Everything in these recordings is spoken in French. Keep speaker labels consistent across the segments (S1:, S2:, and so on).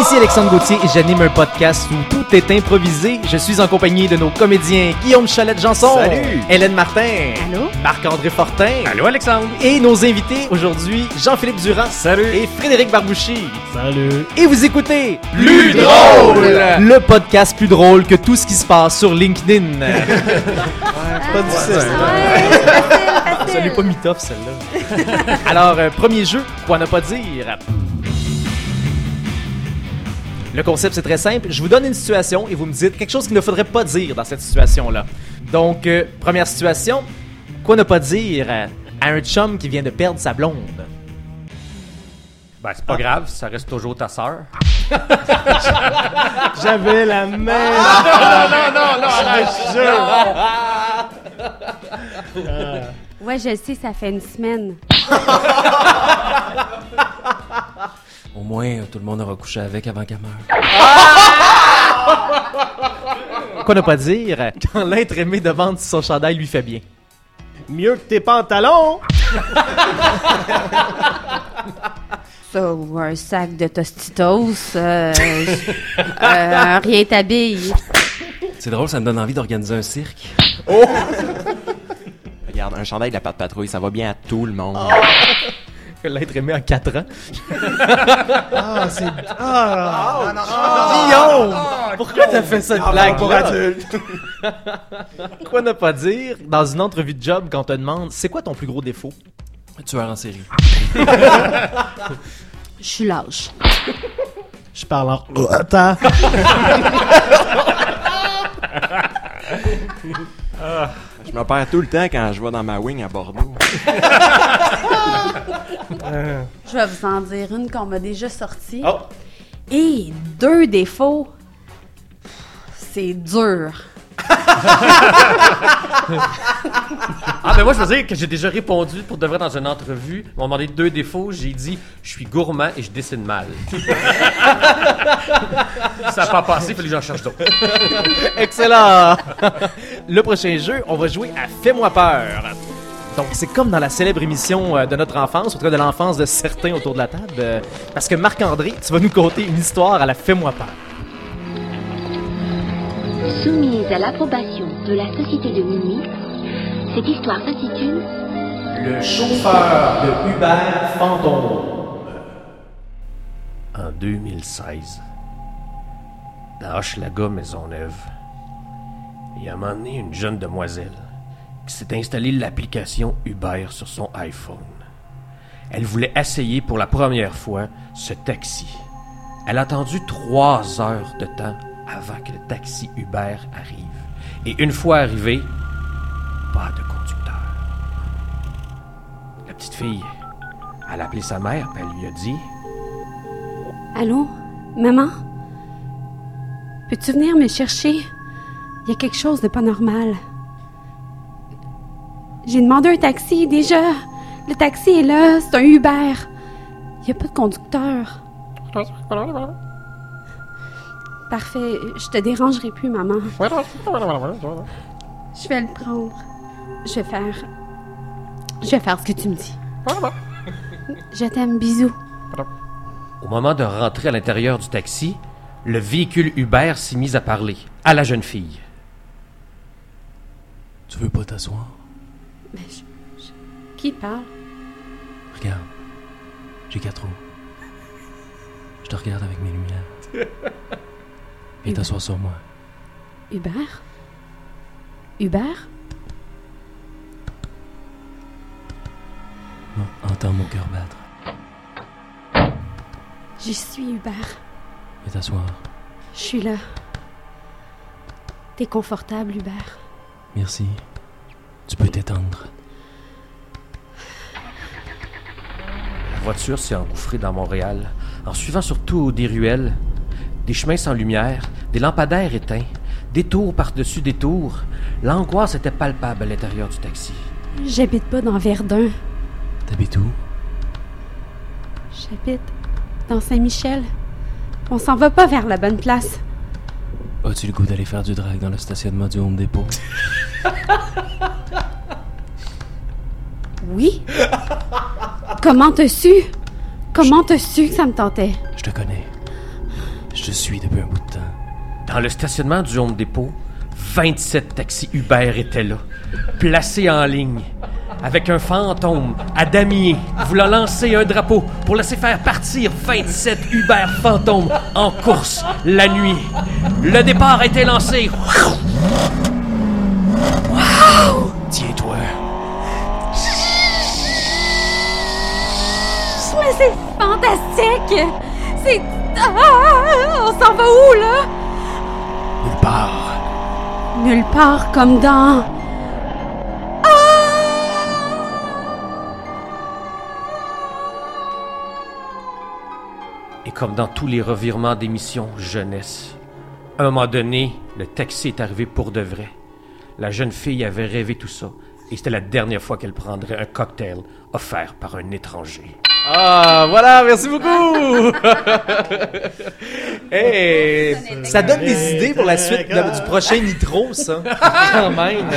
S1: Ici Alexandre Gauthier et j'anime un podcast où tout est improvisé. Je suis en compagnie de nos comédiens Guillaume Chalette-Janson,
S2: Salut.
S1: Hélène Martin,
S3: Allô?
S1: Marc-André Fortin
S2: Allô Alexandre
S1: et nos invités aujourd'hui Jean-Philippe Durand
S2: Salut
S1: et Frédéric Barbouchi.
S4: Salut.
S1: Et vous écoutez
S2: Plus drôle
S1: le podcast plus drôle que tout ce qui se passe sur LinkedIn.
S2: Pas
S3: Ouais, facile, facile.
S1: Salut pas mitoff celle-là. Alors, euh, premier jeu, quoi ne pas dire. Le concept, c'est très simple. Je vous donne une situation et vous me dites quelque chose qu'il ne faudrait pas dire dans cette situation-là. Donc, euh, première situation, quoi ne pas dire euh, à un chum qui vient de perdre sa blonde?
S2: Ben c'est pas grave, ça reste toujours ta sœur.
S4: J'avais la même.
S3: Ouais, je sais, ça fait une semaine.
S5: Au moins, tout le monde aura couché avec avant qu'elle meure.
S1: Quoi ne pas dire euh, quand l'être aimé demande si son chandail lui fait bien?
S4: Mieux que tes pantalons.
S3: Ça, ou un sac de tostitos, euh, euh, un rien t'habille.
S5: C'est drôle, ça me donne envie d'organiser un cirque.
S6: Regarde, un chandail de la patte patrouille, ça va bien à tout le monde.
S1: L'être aimé en 4 ans.
S4: Ah, c'est. Ah,
S1: Guillaume! Ah! Pourquoi t'as fait cette blague
S4: pour adulte.
S1: Quoi ne pas dire dans une entrevue de job quand on te demande c'est quoi ton plus gros défaut?
S5: Un tueur en série.
S3: Je suis lâche.
S4: Je parle en. Attends.
S6: Je me perds tout le temps quand je vais dans ma wing à Bordeaux.
S3: Je vais vous en dire une qu'on m'a déjà sortie.
S1: Oh.
S3: Et deux défauts. C'est dur.
S2: Ah ben moi je veux dire que j'ai déjà répondu pour de vrai dans une entrevue. Ils m'ont demandé deux défauts, j'ai dit je suis gourmand et je dessine mal. ça a pas passé, fallait que j'en cherche d'autres.
S1: Excellent! Le prochain jeu, on va jouer à Fais-moi peur. Donc, c'est comme dans la célèbre émission euh, de notre enfance, au travers de l'enfance de certains autour de la table. euh, Parce que Marc-André, tu vas nous conter une histoire à la Fais-moi peur.
S7: Soumise à l'approbation de la société de Mimi, cette histoire s'intitule
S1: Le chauffeur de Hubert Fantôme.
S2: En 2016, dans Hochelaga Maisonneuve, il y a un moment donné une jeune demoiselle qui s'est installée l'application Uber sur son iPhone. Elle voulait essayer pour la première fois ce taxi. Elle a attendu trois heures de temps avant que le taxi Uber arrive. Et une fois arrivé, pas de conducteur. La petite fille, elle a appelé sa mère, puis elle lui a dit
S3: Allô? Maman? Peux-tu venir me chercher? Il y a quelque chose de pas normal. J'ai demandé un taxi déjà. Le taxi est là, c'est un Uber. Il y a pas de conducteur. Parfait, je te dérangerai plus, maman. Je vais le prendre. Je vais faire. Je vais faire ce que tu me dis. Je t'aime, bisous.
S2: Au moment de rentrer à l'intérieur du taxi, le véhicule Uber s'est mis à parler à la jeune fille.
S5: Tu veux pas t'asseoir?
S3: Mais je- je- Qui parle?
S5: Regarde. J'ai quatre roues. Je te regarde avec mes lumières. Viens t'asseoir sur moi.
S3: Hubert? Hubert?
S5: Entends mon cœur battre.
S3: Je suis Hubert.
S5: Viens t'asseoir.
S3: Je suis là. T'es confortable, Hubert.
S5: Merci. Tu peux t'étendre.
S2: La voiture s'est engouffrée dans Montréal, en suivant surtout des ruelles, des chemins sans lumière, des lampadaires éteints, des tours par-dessus des tours. L'angoisse était palpable à l'intérieur du taxi.
S3: J'habite pas dans Verdun.
S5: T'habites où?
S3: J'habite dans Saint-Michel. On s'en va pas vers la bonne place.
S5: As-tu le goût d'aller faire du drag dans le stationnement du Home Depot?
S3: Oui? Comment t'as su? Comment t'as su que ça me tentait?
S5: Je te connais.
S7: je te suis depuis un bout de temps.
S2: Dans le stationnement du Home Depot, 27 taxis Uber étaient là, placés en ligne, avec un fantôme à damier voulant lancer un drapeau pour laisser faire partir 27 Uber fantômes en course la nuit. Le départ était lancé.
S7: Tiens-toi.
S8: Mais c'est fantastique! C'est. Ah! On s'en va où, là?
S7: Nulle part.
S8: Nulle part comme dans.
S2: Et comme dans tous les revirements d'émissions jeunesse, à un moment donné, le taxi est arrivé pour de vrai. La jeune fille avait rêvé tout ça, et c'était la dernière fois qu'elle prendrait un cocktail offert par un étranger.
S1: Ah, voilà, merci beaucoup! hey, ça donne des idées pour la suite de- du prochain Nitro, ça. Quand même.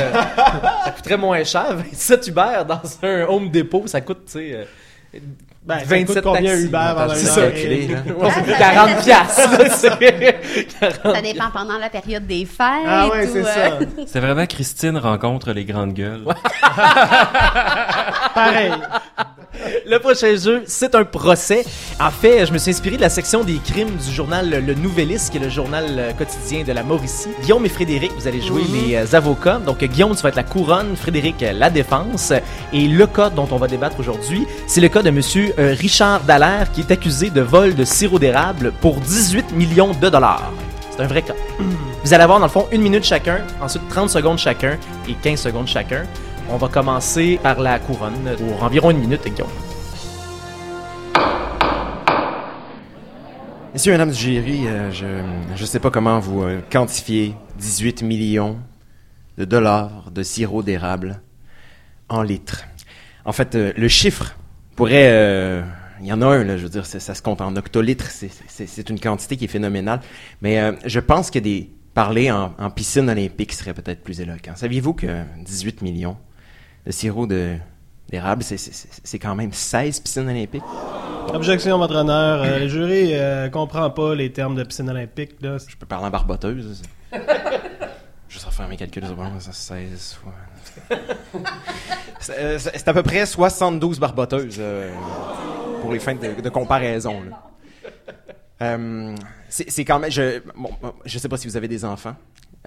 S1: Ça coûterait moins cher. 27 Uber dans un Home Depot, ça coûte, tu sais, euh,
S9: Ben, 27
S1: 27
S9: ça coûte combien
S1: taxis.
S9: Uber avant
S1: C'est
S9: un
S1: ça,
S9: an?
S6: clé, là.
S1: ouais, 40 piastres. là, c'est-
S3: Ça dépend pendant la période des fêtes.
S9: Ah ouais, c'est
S3: ou,
S9: ça.
S3: euh,
S7: C'est vraiment Christine rencontre les grandes gueules.
S9: Pareil.
S1: Le prochain jeu, c'est un procès. En fait, je me suis inspiré de la section des crimes du journal Le Nouvelliste, qui est le journal euh, quotidien de la Mauricie. Guillaume et Frédéric, vous allez jouer les euh, avocats. Donc, euh, Guillaume, tu vas être la couronne, Frédéric, euh, la défense. Et le cas dont on va débattre aujourd'hui, c'est le cas de Monsieur euh, Richard Dallaire, qui est accusé de vol de sirop d'érable pour 18 millions de dollars. C'est un vrai cas. Vous allez avoir, dans le fond, une minute chacun, ensuite 30 secondes chacun et 15 secondes chacun. On va commencer par la couronne pour environ une minute, Guillaume.
S6: Messieurs, Madame du jury, euh, je ne sais pas comment vous euh, quantifiez 18 millions de dollars de sirop d'érable en litres. En fait, euh, le chiffre pourrait... euh, Il y en a un, là, je veux dire, c'est- ça se compte en octolitres. C'est- C'est c'est une quantité qui est phénoménale. Mais euh, je pense que des parler en, en piscine olympique serait peut-être plus éloquent. Saviez-vous que 18 millions de sirop de- d'érable, c'est- c'est- c'est c'est quand même 16 piscines olympiques?
S9: Objection, votre honneur. Euh, le jury euh, comprend pas les termes de piscine olympique. Là.
S6: Je peux parler en barboteuse. Juste refaire mes calculs, c'est bon, ça, 16 fois. c'est, euh, c'est- c'est à peu près 72 barboteuses euh, pour les fins de, de comparaison. là. Euh, c'est, c'est quand même. Je, bon, bon, je sais pas si vous avez des enfants.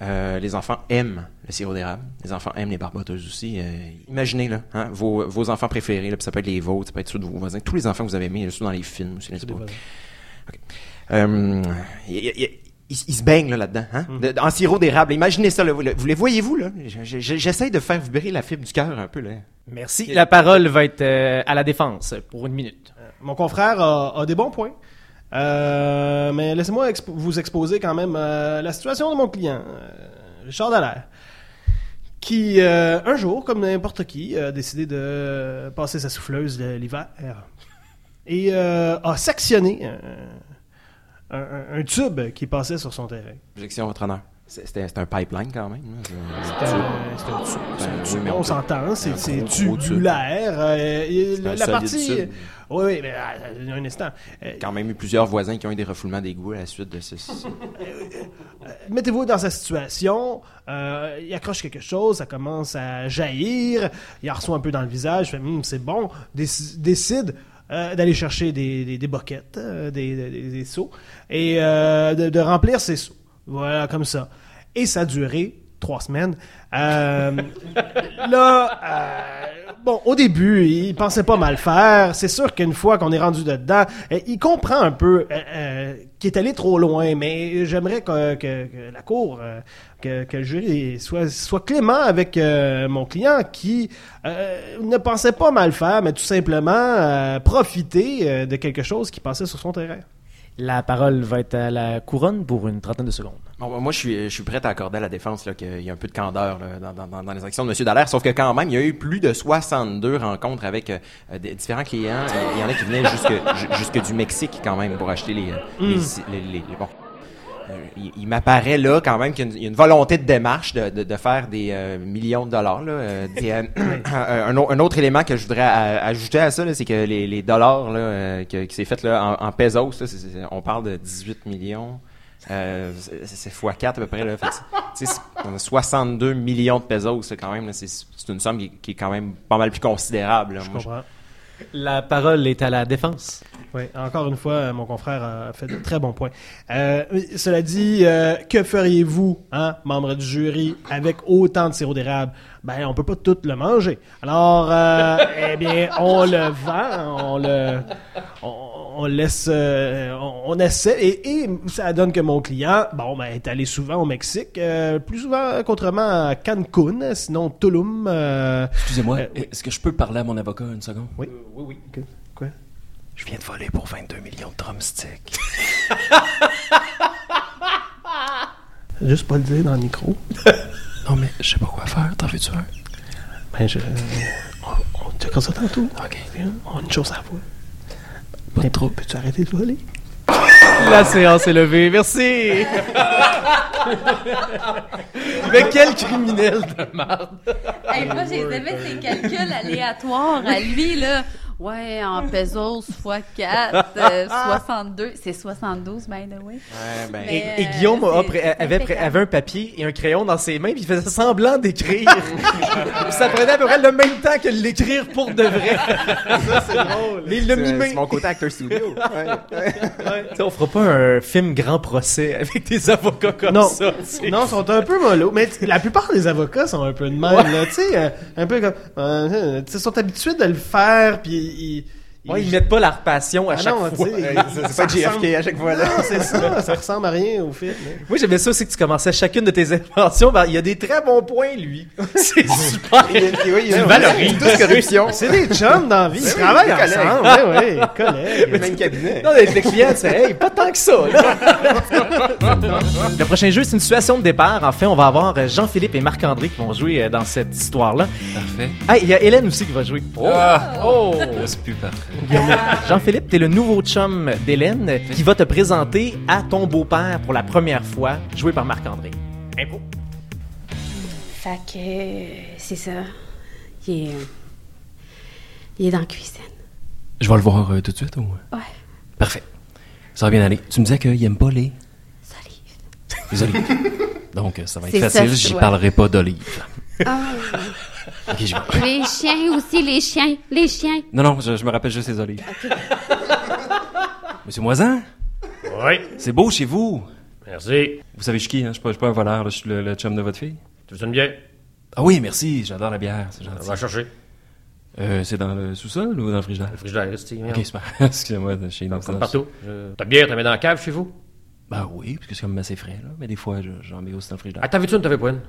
S6: Euh, les enfants aiment le sirop d'érable. Les enfants aiment les barboteuses aussi. Euh, imaginez là, hein, vos, vos enfants préférés. Là, puis ça peut être les vôtres, ça peut être ceux de vos voisins. Tous les enfants que vous avez aimés, surtout dans les films aussi. n'est-ce pas? Euh, y- y- y- ils ils se baignent là, là-dedans, hein? De- en sirop d'érable. Imaginez ça, là, vous, le- vous les voyez-vous, là? Je- je- J'essaie de faire vibrer la fibre du cœur un peu, là.
S1: Merci. La parole va être euh, à la défense pour une minute.
S9: Mon confrère a, a des bons points. Euh, mais laissez-moi expo- vous exposer quand même euh, la situation de mon client, euh, Richard Dallaire, qui, euh, un jour, comme n'importe qui, a décidé de passer sa souffleuse le- l'hiver et euh, a sectionné un, un- un tube qui passait sur son terrain.
S6: Objection, votre honneur. C'est- C'était c'était un pipeline, quand même. là. C'est-
S9: C'est un, c'est un tube. c'est un
S6: Ben,
S9: tube.
S6: oui, mais
S9: on
S6: on
S9: s'entend, hein, c'est
S6: un
S9: c'est
S6: gros, gros tube.
S9: tubulaire. euh, et
S6: C'est
S9: la
S6: un
S9: la
S6: solide
S9: partie. euh,
S6: tube.
S9: Oui, oui, mais euh, un instant. Euh,
S6: Quand même eu plusieurs voisins qui ont eu des refoulements d'égouts à la suite de ce... ce-
S9: Mettez-vous dans sa situation, euh, il accroche quelque chose, ça commence à jaillir, il en reçoit un peu dans le visage, fait Hum, c'est bon, Déc- décide euh, d'aller chercher des, des, des boquettes, euh, des, des- des- des seaux, et euh, de, de remplir ses seaux. Voilà, comme ça. Et ça a duré trois semaines. Euh, là, euh, bon, au début, il pensait pas mal faire. C'est sûr qu'une fois qu'on est rendu dedans, euh, il comprend un peu euh, euh, qu'il est allé trop loin, mais j'aimerais que, que- que la cour, euh, que, que le jury soit, soit clément avec euh, mon client qui euh, ne pensait pas mal faire, mais tout simplement euh, profiter euh, de quelque chose qui passait sur son terrain.
S1: La parole va être à la couronne pour une trentaine de secondes.
S6: Bon, ben, moi, je suis, je suis prêt à accorder à la défense là, qu'il y a un peu de candeur là, dans, dans- dans- dans les actions de M. Dallaire, sauf que quand même, il y a eu plus de 62 rencontres avec euh, euh, des- différents clients. Il y en a qui venaient jusque, ju- jusque du Mexique, quand même, pour acheter les... euh, les, les- les- les- bon. Euh, il, il m'apparaît là, quand même, qu'il y a une, il y a une volonté de démarche de, de- de faire des euh, millions de dollars. Là, euh, des, euh, un, au- un autre élément que je voudrais a- ajouter à ça, là, c'est que les, les dollars là, euh, que, qui s'est fait là, en, en pesos, là, c'est- c'est- on parle de 18 millions... Euh, c'est- c'est x4 à peu près. Là, Fait que c'est- tu sais, c'est- on a 62 millions de pesos, ça, quand même. là. C'est c'est une somme qui, qui est quand même pas mal plus considérable. là.
S9: Je
S6: Moi, je-
S9: comprends.
S1: La parole est à la défense.
S9: Oui, encore une fois, euh, mon confrère a fait de très bons points. Euh, cela dit, euh, que feriez-vous, hein, membre du jury, avec autant de sirop d'érable? Ben, on peut pas tout le manger. Alors, euh, eh bien, on le vend, on le, on, on laisse, euh, on, on essaie, et, et ça donne que mon client, bon, ben, est allé souvent au Mexique, euh, plus souvent, contrairement à Cancun, sinon Tulum. euh,
S7: Excusez-moi,
S9: Euh, oui.
S7: est-ce que je peux parler à mon avocat une seconde?
S9: oui, oui. Quoi?
S2: Je viens de voler pour 22 millions de drumsticks.
S9: Juste pas le dire dans le micro.
S2: Non, mais je sais pas quoi faire. T'en veux-tu un?
S9: Ben, je. On, on te dira ça tantôt.
S2: Ok.
S9: On a une chose à la fois.
S2: Pas
S9: Mais
S2: trop.
S9: Peux-tu arrêter de voler?
S1: La séance est levée, merci! Mais quel criminel de merde!
S3: Hey, moi, j'ai fait ses calculs aléatoires à lui, là. Ouais, en pesos fois 4, 62. C'est 72, by the way.
S6: Ouais, ben,
S1: Et,
S3: Mais,
S1: et Guillaume
S3: euh,
S1: a
S3: c'est-
S1: pré- avait,
S3: c'est
S1: pré-
S3: impeccable.
S1: avait un papier et un crayon dans ses mains, puis il faisait semblant d'écrire. Puis ça prenait à peu près le même temps que de l'écrire pour de vrai. Mais il l'a
S6: c'est-
S1: mimé.
S6: c'est mon côté acteur studio. Ouais.
S1: Tu sais, On fera pas un film grand procès avec des avocats comme
S9: Non.
S1: ça. tu sais.
S9: Non, ils sont un peu mollo. Mais t- la plupart des avocats sont un peu de même, là. Tu sais, euh, un peu comme. euh, euh, tu sais, ils sont habitués de le faire, puis ils. ils-
S1: Ouais, ils mettent pas la passion à
S9: Ah
S1: chaque
S9: non,
S1: fois.
S9: tu sais, ils-
S6: C'est pas JFK à chaque fois. Là.
S9: Non, c'est ça, ça ressemble à rien au film. hein.
S1: Moi, j'aimais ça aussi que tu commençais chacune de tes interventions. par il y a des très bons points, lui. C'est super.
S6: Il y a- oui, il y a-
S1: valorises.
S6: tous corruption.
S9: C'est des chums dans la vie, ils
S6: oui,
S9: travaillent
S6: des collègues.
S9: ensemble. ben Oui, oui, collègues.
S6: Même cabinet.
S1: Non, mais le client, tu sais, hey, pas tant que ça, là. Le prochain jeu, c'est une situation de départ. En fait, on va avoir euh, Jean-Philippe et Marc-André qui vont jouer euh, dans cette histoire-là.
S7: Parfait.
S1: Ah, il y a Hélène aussi qui va jouer.
S7: Ah!
S1: Oh!
S7: Là, c'est plus parfait.
S1: Jean-Philippe, t'es le nouveau chum d'Hélène euh, qui va te présenter à ton beau-père pour la première fois, joué par Marc-André. Impro.
S8: Fait que euh, c'est ça. Il est, euh, il est dans la cuisine.
S7: Je vais le voir euh, tout de suite ou.
S8: Ouais.
S7: Parfait. Ça va bien aller. Tu me disais qu'il aime pas les.
S8: Salut.
S7: les olives. Donc, euh, ça va être
S3: C'est
S7: facile,
S3: soft,
S7: j'y
S3: ouais.
S7: parlerai pas d'olives. ok, je vais.
S8: Les chiens aussi, les chiens, les chiens.
S7: Non, non, je, je me rappelle juste les olives. Monsieur Moisan,
S2: Oui.
S7: c'est beau chez vous.
S2: Merci.
S7: Vous savez, je suis qui, hein? Je suis pas, je suis pas un voleur, là, je suis le, le chum de votre fille.
S2: Tu veux une bière?
S7: Ah oui, merci, j'adore la bière, c'est
S2: On
S7: gentil.
S2: va chercher.
S7: Euh, c'est dans le sous-sol ou dans le frigidaire?
S2: Le frigidaire, c'est
S7: Ok, super. Excusez-moi, de chez nous. c'est
S2: Comme
S7: dans-
S2: partout. Je- Ta bière, t'as mis dans la cave chez vous?
S7: Ben oui, parce que c'est comme assez frais, là. Mais des fois, je- j'en mets aussi dans le frigidaire.
S2: Ah, t'avais tu une, t'avais pas une?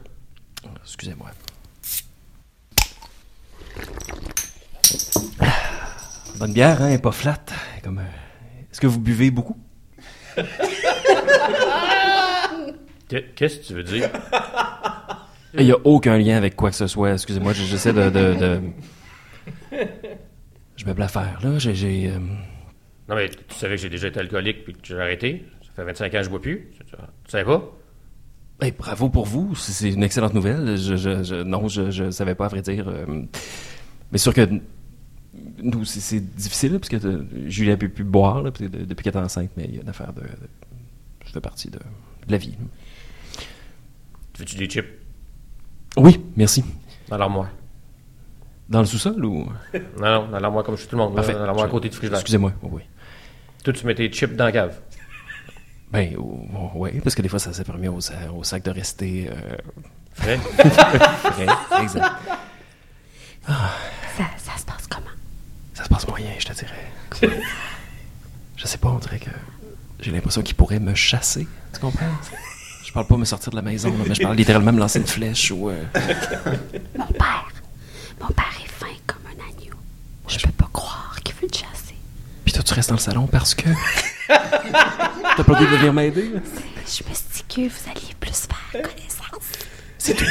S7: Excusez-moi. Bonne bière, hein, elle est pas flat. Elle est Comme, euh, est-ce que vous buvez beaucoup?
S2: Qu'est- Qu'est-ce que tu veux dire?
S7: Il n'y a aucun lien avec quoi que ce soit. Excusez-moi, j- j'essaie de, de, de- Je me blaffaire, là. J'ai... j'ai, euh,
S2: Non, mais tu savais que j'ai déjà été alcoolique puis que j'ai arrêté. Ça fait 25 ans que je bois plus. Tu- Tu tu savais pas?
S7: eh, bravo pour vous. C'est- C'est une excellente nouvelle. Je, je- je- non, je ne savais pas, à vrai dire. euh, Mais sûr que... Nous, c'est- c'est difficile, là, parce que euh, Julie a pu plus boire là, puis de- depuis qu'elle est enceinte, mais il y a une affaire de... de- je fais partie de, de la vie.
S2: Tu veux-tu des chips?
S7: Oui, merci.
S2: Dans l'armoire.
S7: Dans le sous-sol ou...
S2: Non, non, dans l'armoire comme je suis tout le monde. Dans l'armoire Euh, à côté du frigidaire.
S7: Excusez-moi, oui.
S2: Toi, tu mets tes chips dans la cave.
S7: Ben, oui, parce que des fois, ça, ça permet au, sa- au sac de rester... euh,
S2: Vrai?
S7: frais. exact.
S8: Ça, ça se passe comment?
S7: Ça se passe moyen, je te dirais. je sais pas, on dirait que j'ai l'impression qu'il pourrait me chasser. Tu comprends? Je parle pas me sortir de la maison, là, mais je parle littéralement me lancer une flèche ou. euh,
S8: Mon père. Mon père est fin comme un agneau. Je peux pas croire qu'il veut te chasser.
S7: Puis toi, tu restes dans le salon parce que. T'as pas le goût de venir m'aider? là?
S8: Je me suis dit que vous alliez plus faire connaissance.
S7: C'est une.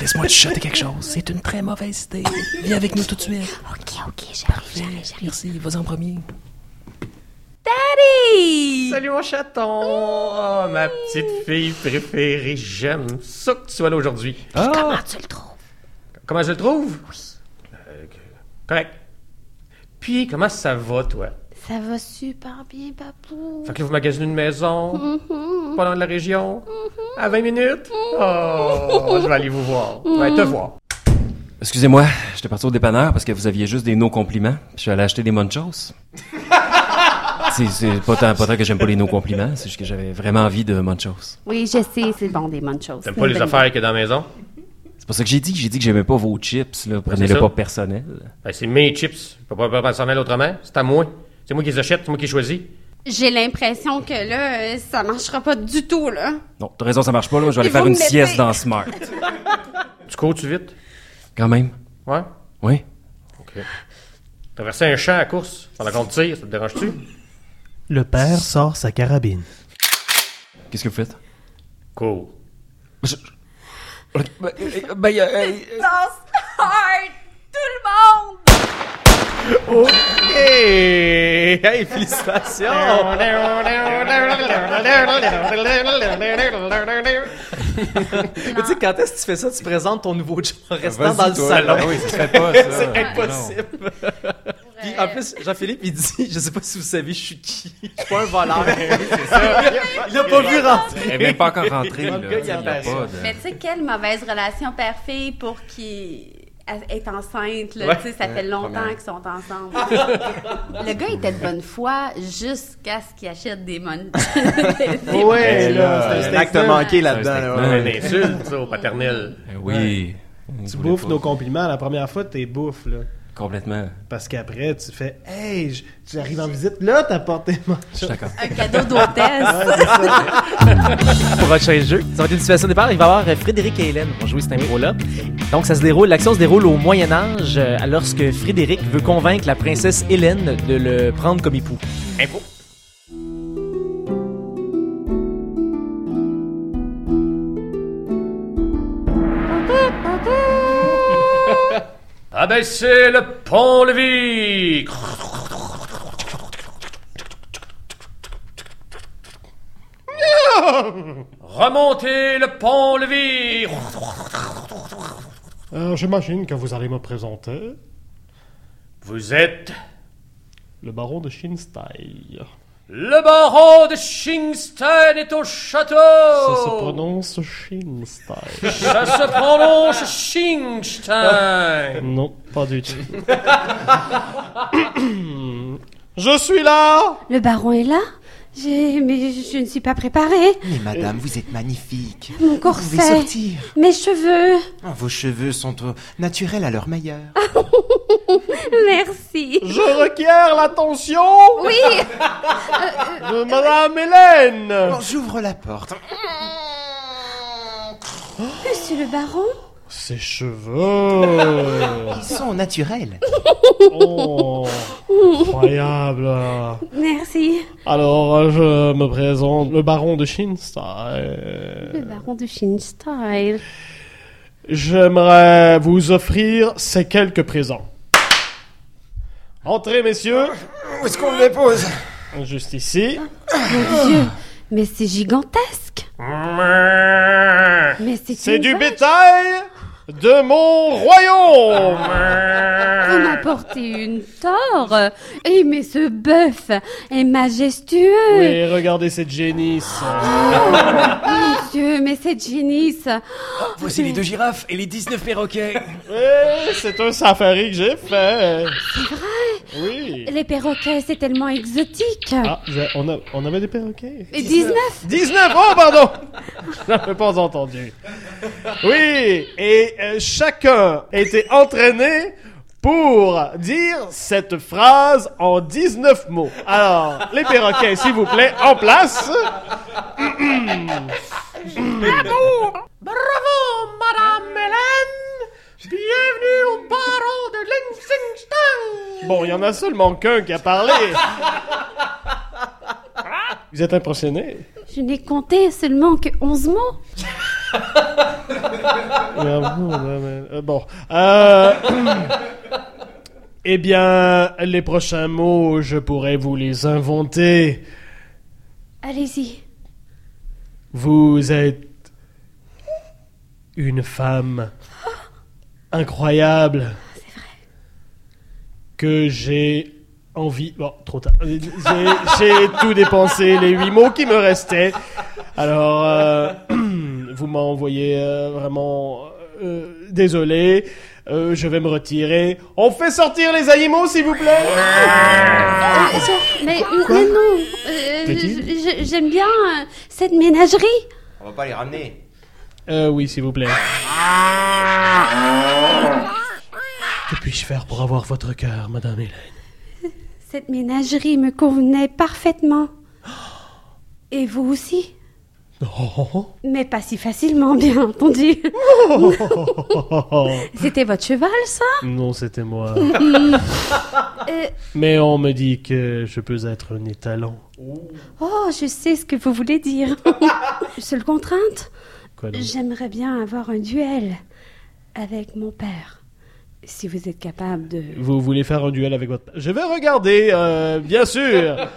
S7: Laisse-moi te chuter quelque chose. C'est une très mauvaise idée. Viens avec nous tout de suite.
S8: Ok, ok, j'arrive, j'arrive, j'arrive.
S7: Merci, vas-y en premier.
S2: Salut mon chaton! Oh, ma petite fille préférée, j'aime ça que tu sois là aujourd'hui.
S7: Ah!
S8: Comment tu le trouves?
S2: Comment je le trouve? Oui. correct. Puis, comment ça va, toi?
S8: Ça va super bien, papou.
S2: Fait que là, vous magasinez une maison. pas loin de la région? À 20 minutes? Oh, je vais aller vous voir. Je vais aller te voir.
S7: Excusez-moi, j'étais parti au dépanneur parce que vous aviez juste des no compliments. puis Je suis allé acheter des munchos. c'est, c'est pas tant, pas tant que j'aime pas les no compliments, c'est juste que j'avais vraiment envie de munchos.
S8: Oui, je sais, c'est bon, des bonnes choses.
S2: T'aimes pas les affaires qu'il y a dans la maison?
S7: C'est pour ça que j'ai dit, j'ai dit que j'aimais pas vos chips, là. Prenez-le
S2: ça.
S7: pas personnel.
S2: Ben, c'est mes chips. Je peux pas pas s'en mêler autrement. C'est à moi. C'est moi qui les achète, c'est moi qui les choisis.
S8: J'ai l'impression que là, euh, ça marchera pas du tout, là.
S7: Non, t'as raison, ça marche pas, là. Je vais aller
S8: Ils
S7: faire
S8: vont
S7: une
S8: me laisser.
S7: sieste dans Smart.
S2: Tu cours-tu vite?
S7: Quand même.
S2: Ouais?
S7: Oui.
S2: OK. Traverser un champ à course pendant qu'on te tire, ça te dérange-tu?
S9: Le père sort sa carabine.
S7: Qu'est-ce que vous faites?
S2: Cool.
S3: Dans Smart! Tout le monde!
S1: Hey! Hey, félicitations! Mais tu sais, quand est-ce que tu fais ça, tu présentes ton nouveau job en restant dans le salon?
S10: Ah Oui, ça se fait pas, ça.
S1: C'est impossible. Puis, en plus, Jean-Philippe, il dit Je sais pas si vous savez, je suis qui. Je suis pas un voleur. Il l'a pas vu rentrer.
S10: Elle n'est même pas encore rentrée,
S1: Le
S10: là.
S1: gars, il
S10: Il y a
S1: apparaît.
S10: pas de-
S3: Mais tu sais, quelle mauvaise relation père-fille pour qu'il est enceinte, là.
S1: Ouais.
S3: Tu sais, ça fait longtemps
S10: première.
S3: qu'ils sont ensemble. le gars était de bonne foi jusqu'à ce qu'il achète des mon... des- des-
S9: Ouais,
S10: là,
S9: c'est
S10: c'est
S6: Un acte manqué là-dedans.
S10: C'est un
S6: là,
S10: steak.
S6: ouais.
S2: C'est une insulte, ça, au paternel.
S7: Eh oui.
S9: Tu bouffes nos compliments. La première fois, t'es bouffe, là.
S7: Complètement.
S9: Parce qu'après, tu fais Hey, j- j'arrive en visite. Là, t'apportes tes
S7: Je suis
S9: manches.
S7: d'accord.
S3: Un cadeau d'hôtesse.
S1: prochain jeu. Ça va être une situation de départ. Il va y avoir euh, Frédéric et Hélène qui vont jouer cet impro-là. Donc, ça se déroule, l'action se déroule au Moyen-Âge, euh, lorsque Frédéric veut convaincre la princesse Hélène de le prendre comme époux. Impro.
S2: Abaissez Ah ben, le pont-levis! Remontez le pont-levis!
S9: Euh, J'imagine que vous allez me présenter
S2: Vous êtes
S9: le baron de Shinstein.
S2: le baron de Shingstein est au château!
S9: Oh. prononce Shinstein.
S2: Ça se prononce Shingstein!
S9: non, pas du tout. Je suis là
S8: Le baron est là? J'ai... mais je je ne suis pas préparée.
S6: Mais madame, vous êtes magnifique.
S8: Mon
S6: Vous
S8: corset,
S6: pouvez sortir.
S8: mes cheveux.
S6: Ah, Vos cheveux sont euh, naturels à leur meilleur.
S8: Merci.
S9: Je requiers l'attention
S8: Oui,
S9: de Madame Hélène
S6: Bon, J'ouvre la porte.
S8: monsieur le baron.
S9: Ses cheveux
S6: Ils sont naturels.
S9: Oh Incroyable
S8: Merci.
S9: Alors, euh, je me présente le baron de Shinstein.
S8: Le baron de Shinstyle.
S9: J'aimerais vous offrir ces quelques présents. Entrez, messieurs,
S6: Où est-ce qu'on les pose
S9: juste ici.
S8: Mon Dieu, mais c'est gigantesque.
S9: Euh,
S8: Mais c'est
S9: C'est
S8: une
S9: du
S8: vache.
S9: bétail de mon Euh, royaume.
S8: Vous m'apportez une tort. Et mais ce bœuf est majestueux.
S9: Oui, regardez cette génisse.
S8: Mon Dieu, mais cette génisse.
S10: Voici les deux girafes et les 19 perroquets.
S9: Eh, C'est un safari que j'ai fait. C'est vrai. Oui.
S8: Les perroquets, c'est tellement exotique.
S9: Ah, j'ai- on, a- on avait des perroquets.
S8: Et 19
S9: 19 Oh, pardon Je n'avais pas entendu. Oui, et euh, chacun était entraîné pour dire cette phrase en 19 mots. Alors, les perroquets, s'il vous plaît, en place.
S2: Bravo, Madame Hélène! Bienvenue au baron de Lexington!
S9: Bon, il y en a seulement qu'un qui a parlé. Vous êtes impressionné
S8: Je n'ai compté seulement que 11 mots.
S9: Bravo, madame. Euh, Bon. Euh, eh bien, les prochains mots, je pourrais vous les inventer.
S8: Allez-y.
S9: Vous êtes une femme incroyable. Que j'ai envie. Bon, trop tard. J'ai j'ai tout dépensé, les huit mots qui me restaient. Alors, euh, vous m'envoyez euh, vraiment euh, désolé. Euh, je vais me retirer. On fait sortir les animaux, s'il vous plaît.
S8: Euh, Mais, mais non, euh,
S9: Ah. T'as dit?
S8: je- je- j'aime bien euh, cette ménagerie.
S6: On va pas les ramener.
S9: Euh, oui, s'il vous plaît. Que puis-je faire pour avoir votre cœur, Madame Hélène
S8: Cette ménagerie me convenait parfaitement. Et vous aussi,
S9: Oh,
S8: mais pas si facilement, bien entendu.
S9: oh, oh, oh, oh, oh.
S8: C'était votre cheval, ça
S9: Non, c'était moi.
S8: Euh,
S9: Mais on me dit que je peux être un étalon.
S8: Oh, je sais ce que vous voulez dire. Seule contrainte,
S9: Quoi donc
S8: j'aimerais bien avoir un duel avec mon père. Si vous êtes capable de...
S9: Vous voulez faire un duel avec votre... Je vais regarder, euh, bien sûr.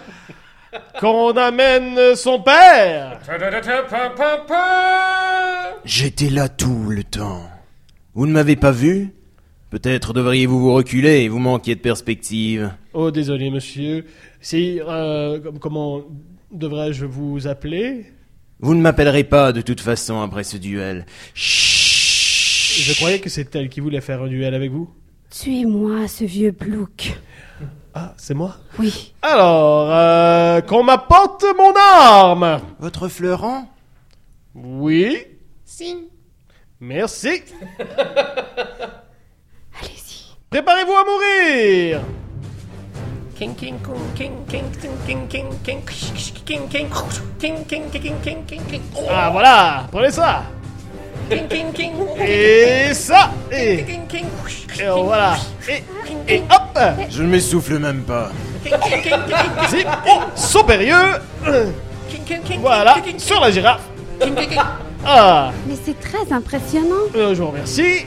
S9: Qu'on amène son père.
S6: J'étais là tout le temps. Vous ne m'avez pas vu Peut-être devriez-vous vous reculer, vous manquiez de perspective.
S9: Oh, désolé, monsieur. Si, euh, com- comment devrais-je vous appeler
S6: Vous ne m'appellerez pas de toute façon après ce duel. Chut
S9: Je croyais que c'est elle qui voulait faire un duel avec vous.
S8: Tuez-moi ce vieux blouk.
S9: Ah, c'est moi
S8: Oui.
S9: Alors, euh, qu'on m'apporte mon arme
S6: Votre fleuron
S9: Oui Merci
S8: Allez-y.
S9: Préparez-vous à mourir Ah voilà, prenez ça Et ça Et, et voilà et, et hop
S6: Je ne m'essouffle même pas.
S9: Si Oh, Saut périlleux Voilà, sur la girafe Ah
S8: Mais c'est très impressionnant.
S9: Euh, je vous remercie.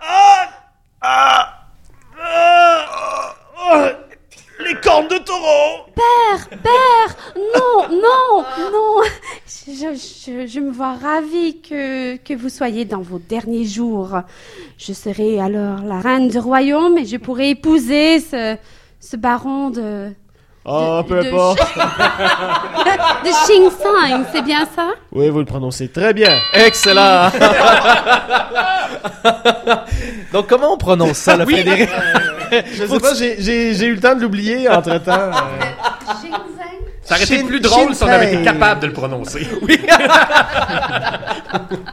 S9: Ah Ah Ah Ah Les cornes de taureau
S8: Père, père, non, non, non. Je, je- je me vois ravie que, que vous soyez dans vos derniers jours. Je serai alors la reine du royaume et je pourrai épouser ce, ce baron de...
S9: Oh,
S8: de-
S9: peu
S8: de-
S9: importe.
S8: de Xing Sang, c'est bien ça
S9: Oui, vous le prononcez très bien.
S1: Excellent! Donc, comment on prononce ça, le Frédéric?
S9: Je sais pas, j'ai- j'ai j'ai eu le temps de l'oublier entre temps.
S10: Ça aurait été
S6: Shin-
S10: plus drôle si on avait été
S6: Shinpei.
S10: capable de le prononcer.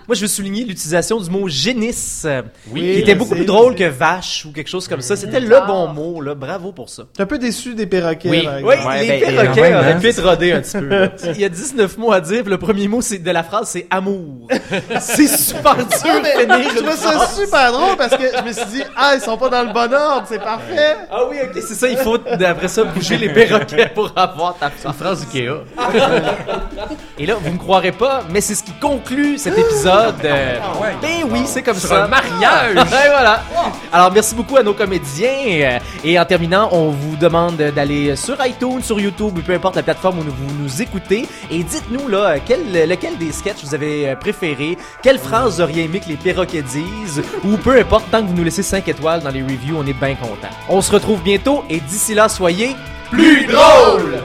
S1: Moi, je veux souligner l'utilisation du mot génisse, euh,
S9: Oui,
S1: qui était beaucoup plus drôle que vache ou quelque chose comme ça. C'était le bon mot, là. Bravo pour ça.
S9: T'es un peu déçu des perroquets.
S1: Oui,
S9: par
S1: oui
S9: exemple.
S1: les
S6: ben,
S1: perroquets
S6: euh, ouais,
S1: auraient
S6: hein.
S1: pu être rodés un petit peu. là. Il y a 19 mots à dire, puis le premier mot c'est- de la phrase, c'est amour. c'est super dur de finir
S9: Je
S1: une
S9: trouve ça
S1: phrase.
S9: super drôle parce que je me suis dit, ah, ils sont pas dans le bon ordre, c'est parfait.
S1: Ah oui, ok, c'est ça, il faut après ça bouger les perroquets pour avoir ta phrase.
S10: Phrase Ikea.
S1: Et là, vous ne croirez pas, mais c'est ce qui conclut cet épisode. euh, Ben oui, c'est comme
S10: Ah Sur
S1: ça.
S10: un mariage.
S1: Ben voilà. Alors, merci beaucoup à nos comédiens. euh, Et en terminant, on vous demande d'aller sur iTunes, sur YouTube, ou peu importe la plateforme où vous nous écoutez. Et dites-nous, là, quel, lequel des sketchs vous avez euh, préféré, quelle phrase vous auriez aimé que les perroquets disent, ou peu importe, tant que vous nous laissez 5 étoiles dans les reviews, on est bien contents. On se retrouve bientôt, et d'ici là, soyez plus drôles!